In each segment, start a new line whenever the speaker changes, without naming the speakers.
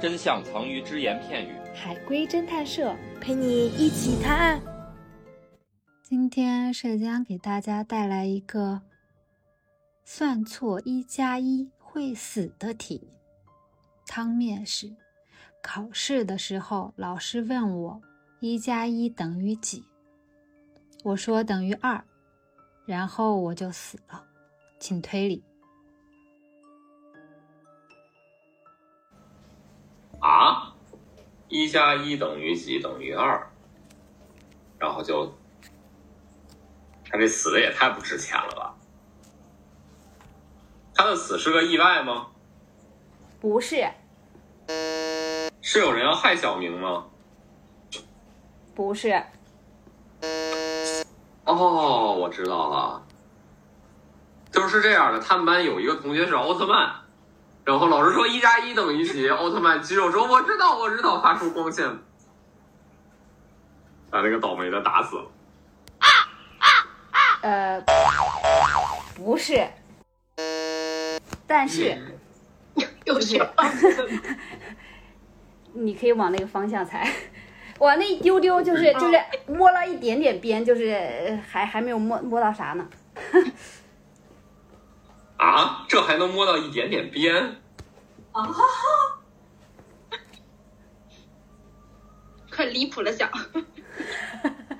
真相藏于只言片语。
海龟侦探社陪你一起探案。
今天社江给大家带来一个算错一加一会死的题。汤面是：考试的时候，老师问我一加一等于几，我说等于二，然后我就死了。请推理。
啊，一加一等于几？等于二，然后就，他这死的也太不值钱了吧？他的死是个意外吗？
不是，
是有人要害小明吗？
不是，
哦，我知道了，就是这样的。他们班有一个同学是奥特曼，然后老师说一加一等于几，奥特曼举手说我知道我知道，发出光线，把那个倒霉的打死了。
呃，不是，但是
又是
你可以往那个方向猜，往那一丢丢就是就是摸了一点点边，就是呃还还没有摸摸到啥呢。
啊，这还能摸到一点点边？
快离谱了讲，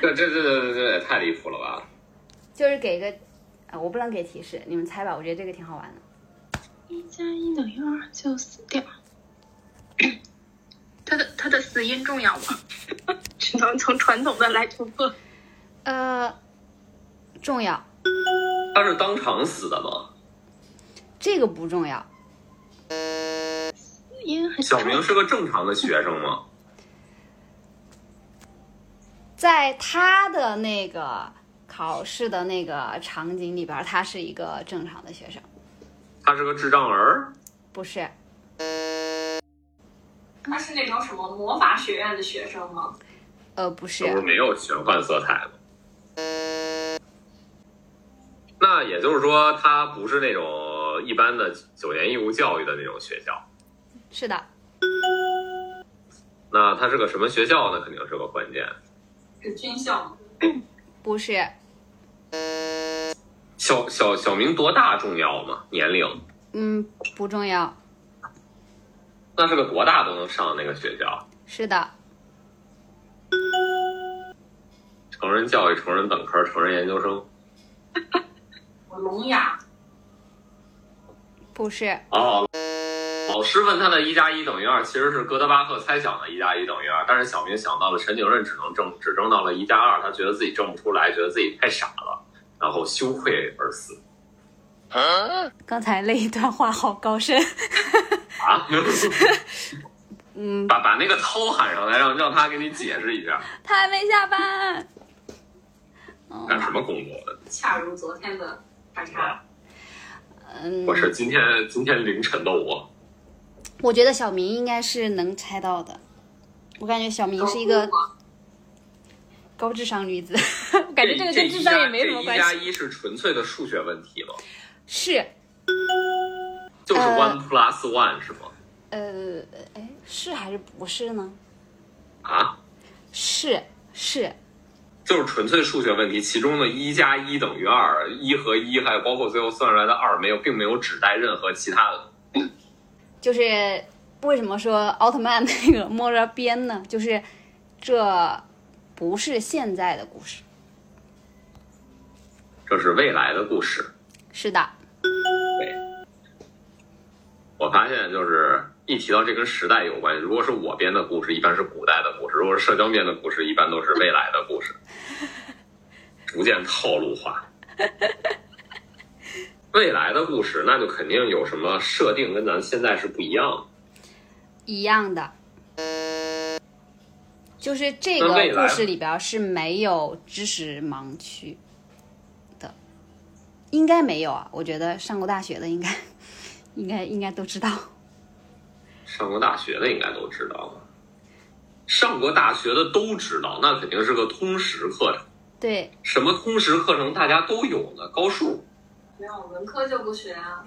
这这这这这也太离谱了吧！
就是给个，啊，我不能给提示，你们猜吧，我觉得这个挺好玩的。
一加一等于二就死掉。 他的他的死因重要吗？ 只能从传统的来突破。
呃，重要，
他是当场死的吗？
这个不重要，
死因还
小明是个正常的学生吗？
在他的那个考试的那个场景里边，他是一个正常的学生，
他是个智障儿？
不是，
他是那种什么魔法学院的学生吗？
呃，
这不
不
是
是，
没有玄幻色彩吗？那也就是说，他不是那种一般的九年义务教育的那种学校。
是的，
那他是个什么学校呢？肯定是个关键。
是军校吗？
不是，
小小小明多大重要吗？年龄？
嗯，不重要，
那是个多大都能上那个学校？
是的，
成人教育、成人本科、成人研究生。
我聋哑，
不是，
哦，老师问他的一加一等于二，其实是哥德巴赫猜想的一加一等于二，但是小明想到了陈景润只能证只证到了一加二，他觉得自己证不出来，觉得自己太傻了，然后羞愧而死
刚才那一段话好高深，
啊！
嗯，
把把那个涛喊上来，让让他给你解释一下，
他还没下班。
干什么工作的？
恰如昨天的叉叉。
嗯，
我是今天今天凌晨的我，
我觉得小明应该是能猜到的，我感觉小明是一个高智商女子， 感觉这个跟智商也没什么关
这一加
系。
一是纯粹的数学问题吗？
是，
就是 one
呃
plus one 是吗？
呃，哎，是还是不是呢？
啊，
是是，
就是纯粹数学问题，其中的一加一等于二，一和一，还有包括最后算出来的二，没有，并没有指代任何其他的。
就是为什么说奥特曼那个摸着边呢？就是这不是现在的故事，
这是未来的故事。
是的，
我发现就是一提到这跟时代有关系，如果是我编的故事，一般是古代的故事；如果是社交编的故事，一般都是未来的故事，逐渐套路化。未来的故事，那就肯定有什么设定跟咱现在是不一样的。
一样的。就是这
那
个
未来
故事里边是没有知识盲区的，应该没有啊。我觉得上过大学的应该 应该应该都知道。
上过大学的应该都知道吧？上过大学的都知道，那肯定是个通识课程。
对，
什么通识课程大家都有呢？高数，
没有文科就不学啊，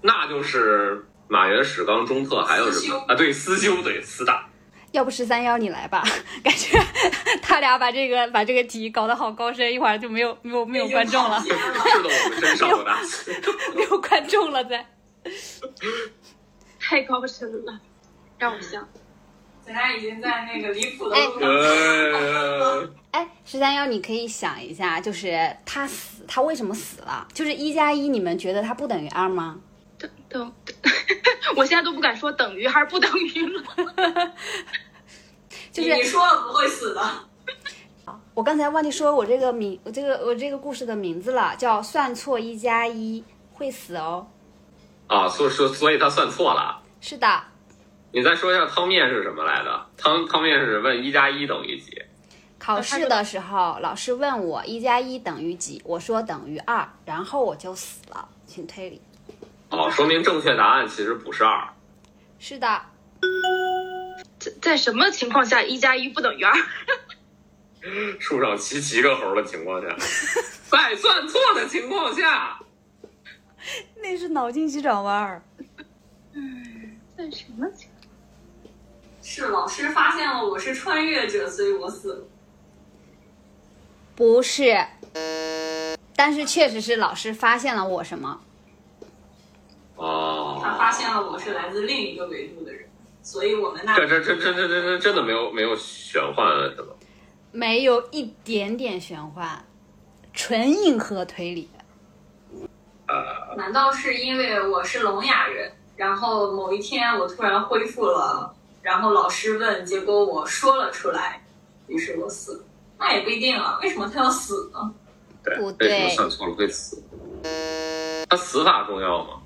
那就是马原史纲中特还有什么
思修
啊？对，思修，对，思大。
要不十三幺你来吧，感觉 他俩把这个把这个题搞得好高深，一会儿就没有没有
哎
没有观众 了
已，经跑偏
是的，
了
我们真上过大学。
没有观众了再。
太高深了，让我想，
咱俩已经在那个离谱的路上。
呃，
哎，十三幺，你可以想一下，就是他死，他为什么死了？就是一加一，你们觉得它不等于二吗？
等等， 我现在都不敢说等于还是不等于了。
就是
你说了不会死的，
我刚才忘记说我这个名，我这个我这个故事的名字了，叫算错一加一会死哦。
啊，所以说，所以他算错了。啊
是的，
你再说一下汤面是什么来的？汤汤面是问一加一等于几？
考试的时候老师问我一加一等于几，我说等于二，然后我就死了。请推理。
哦，说明正确答案其实不是二。
是的，
在在什么情况下一加一不等于二？
树上骑七个猴的情况 下，在算错的情况下，
那是脑筋急转弯儿。
在什么情
是老师发现了我是穿越者，所以我死了。
不是，但是确实是老师发现了我什么。
哦，
他发现了我是来自另一个维度的人，所以我们那
这这这这这这这真的没有没有玄幻什么？
没有一点点玄幻，纯硬核推理。
难道是因为我是聋哑人？然后某一天我突然恢复了，然后老师问，结果我说了出来，于是我死了。那也不一定啊，为什么他要死呢？
对，
不
为什么
对
算错了会死？他死法重要吗？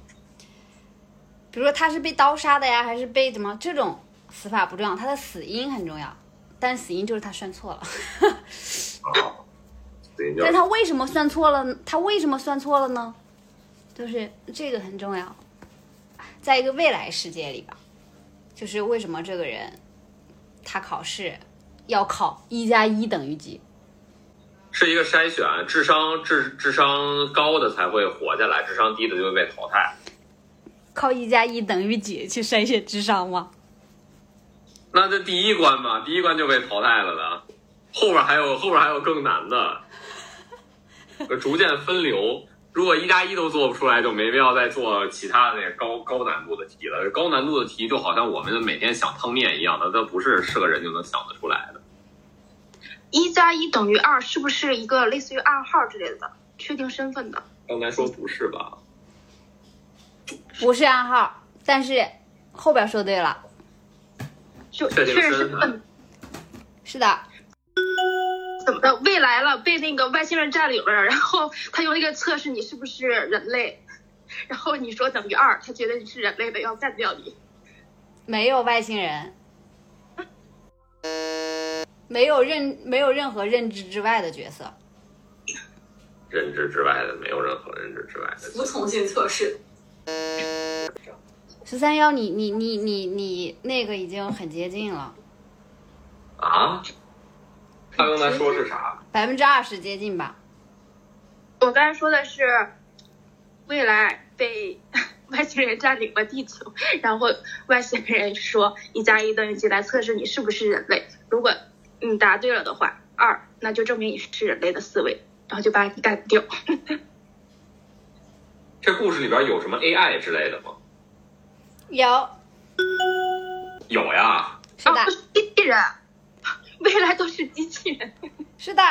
比如说他是被刀杀的呀，还是被怎么这种死法不重要，他的死因很重要。但是死因就是他算错了，
哦，对，就
但他为什么算错了呢？他为什么算错了呢？就是这个很重要，在一个未来世界里吧，就是为什么这个人他考试要考一加一等于几？
是一个筛选，智商智智商高的才会活下来，智商低的就会被淘汰。
靠一加一等于几去筛选智商吗？
那这第一关嘛，第一关就被淘汰了的，啊后边还有后边还有更难的，逐渐分流。如果一加一都做不出来，就没必要再做其他的那高高难度的题了。高难度的题就好像我们每天想汤面一样的，它不是是个人就能想得出来的。
一加一等于二是不是一个类似于暗号之类的，确定身份的？
刚才说不是吧？
不是暗号，但是后边说对了，
就
确
确
定
认
身
身份
是的，
怎么的？未来了，被那个外星人占领了，然后他用那个测试你是不是人类，然后你说等于二，他觉得你是人类的，要干掉你。
没有外星人，没有任没有任何认知之外的角色，
认知之外的没有任何认知之外
服
的。
从性测试，
十三幺，你你你你你那个已经很接近了，
啊？他刚才说是啥？
百分之二十接近吧？
我刚才说的是，未来被 外星人占领了地球，然后外星人说一加一等于几来测试你是不是人类。如果你答对了的话，二，那就证明你是人类的思维，然后就把你干掉。
这故事里边有什么 AI 之类的吗？
有，
有呀。
是
啊，
的
不，是机器人， 未来都是机器人。
是的，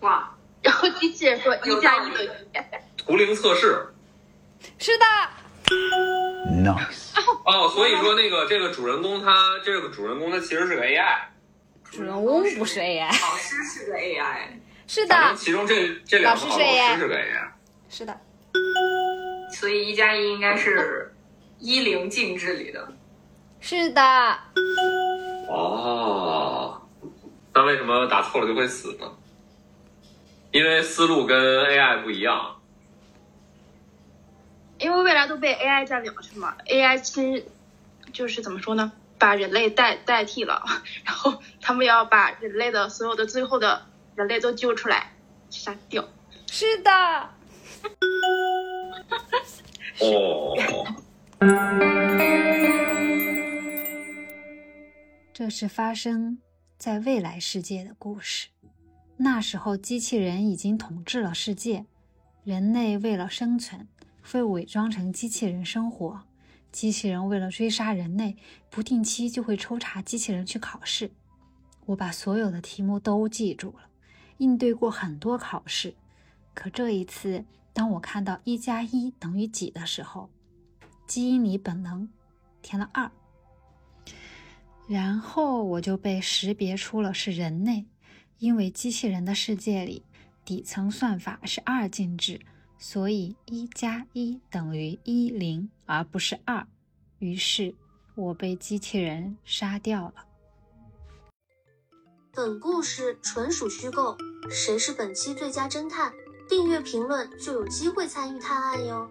哇，
然后机器人说一加一等于几。
图灵测试
是的，
Nice.
哦，所以说那个这个主人公他这个主人公他其实是个 AI，
主人翁不是 AI，
老师是个 AI，
是
反正
的，
其中这这两个好像老师是个 AI，
是的，
所以一加一应该是一零进制里的。
是的，
哦，那为什么打错了就会死呢？因为思路跟 AI 不一样，
因为未来都被 AI 占领了，是吗？AI 侵，就是怎么说呢？把人类代代替了， 然后他们要把人类的所有的最后的人类都揪出来杀掉。
是的，
哦，
这是发生在未来世界的故事。那时候，机器人已经统治了世界，人类为了生存，会伪装成机器人生活。机器人为了追杀人类，不定期就会抽查机器人去考试。我把所有的题目都记住了，应对过很多考试。可这一次，当我看到一加一等于几的时候，基因里本能填了二，然后我就被识别出了是人类，因为机器人的世界里底层算法是二进制，所以一加一等于一零，而不是二。于是我被机器人杀掉了。
本故事纯属虚构，谁是本期最佳侦探？订阅评论就有机会参与探案哟。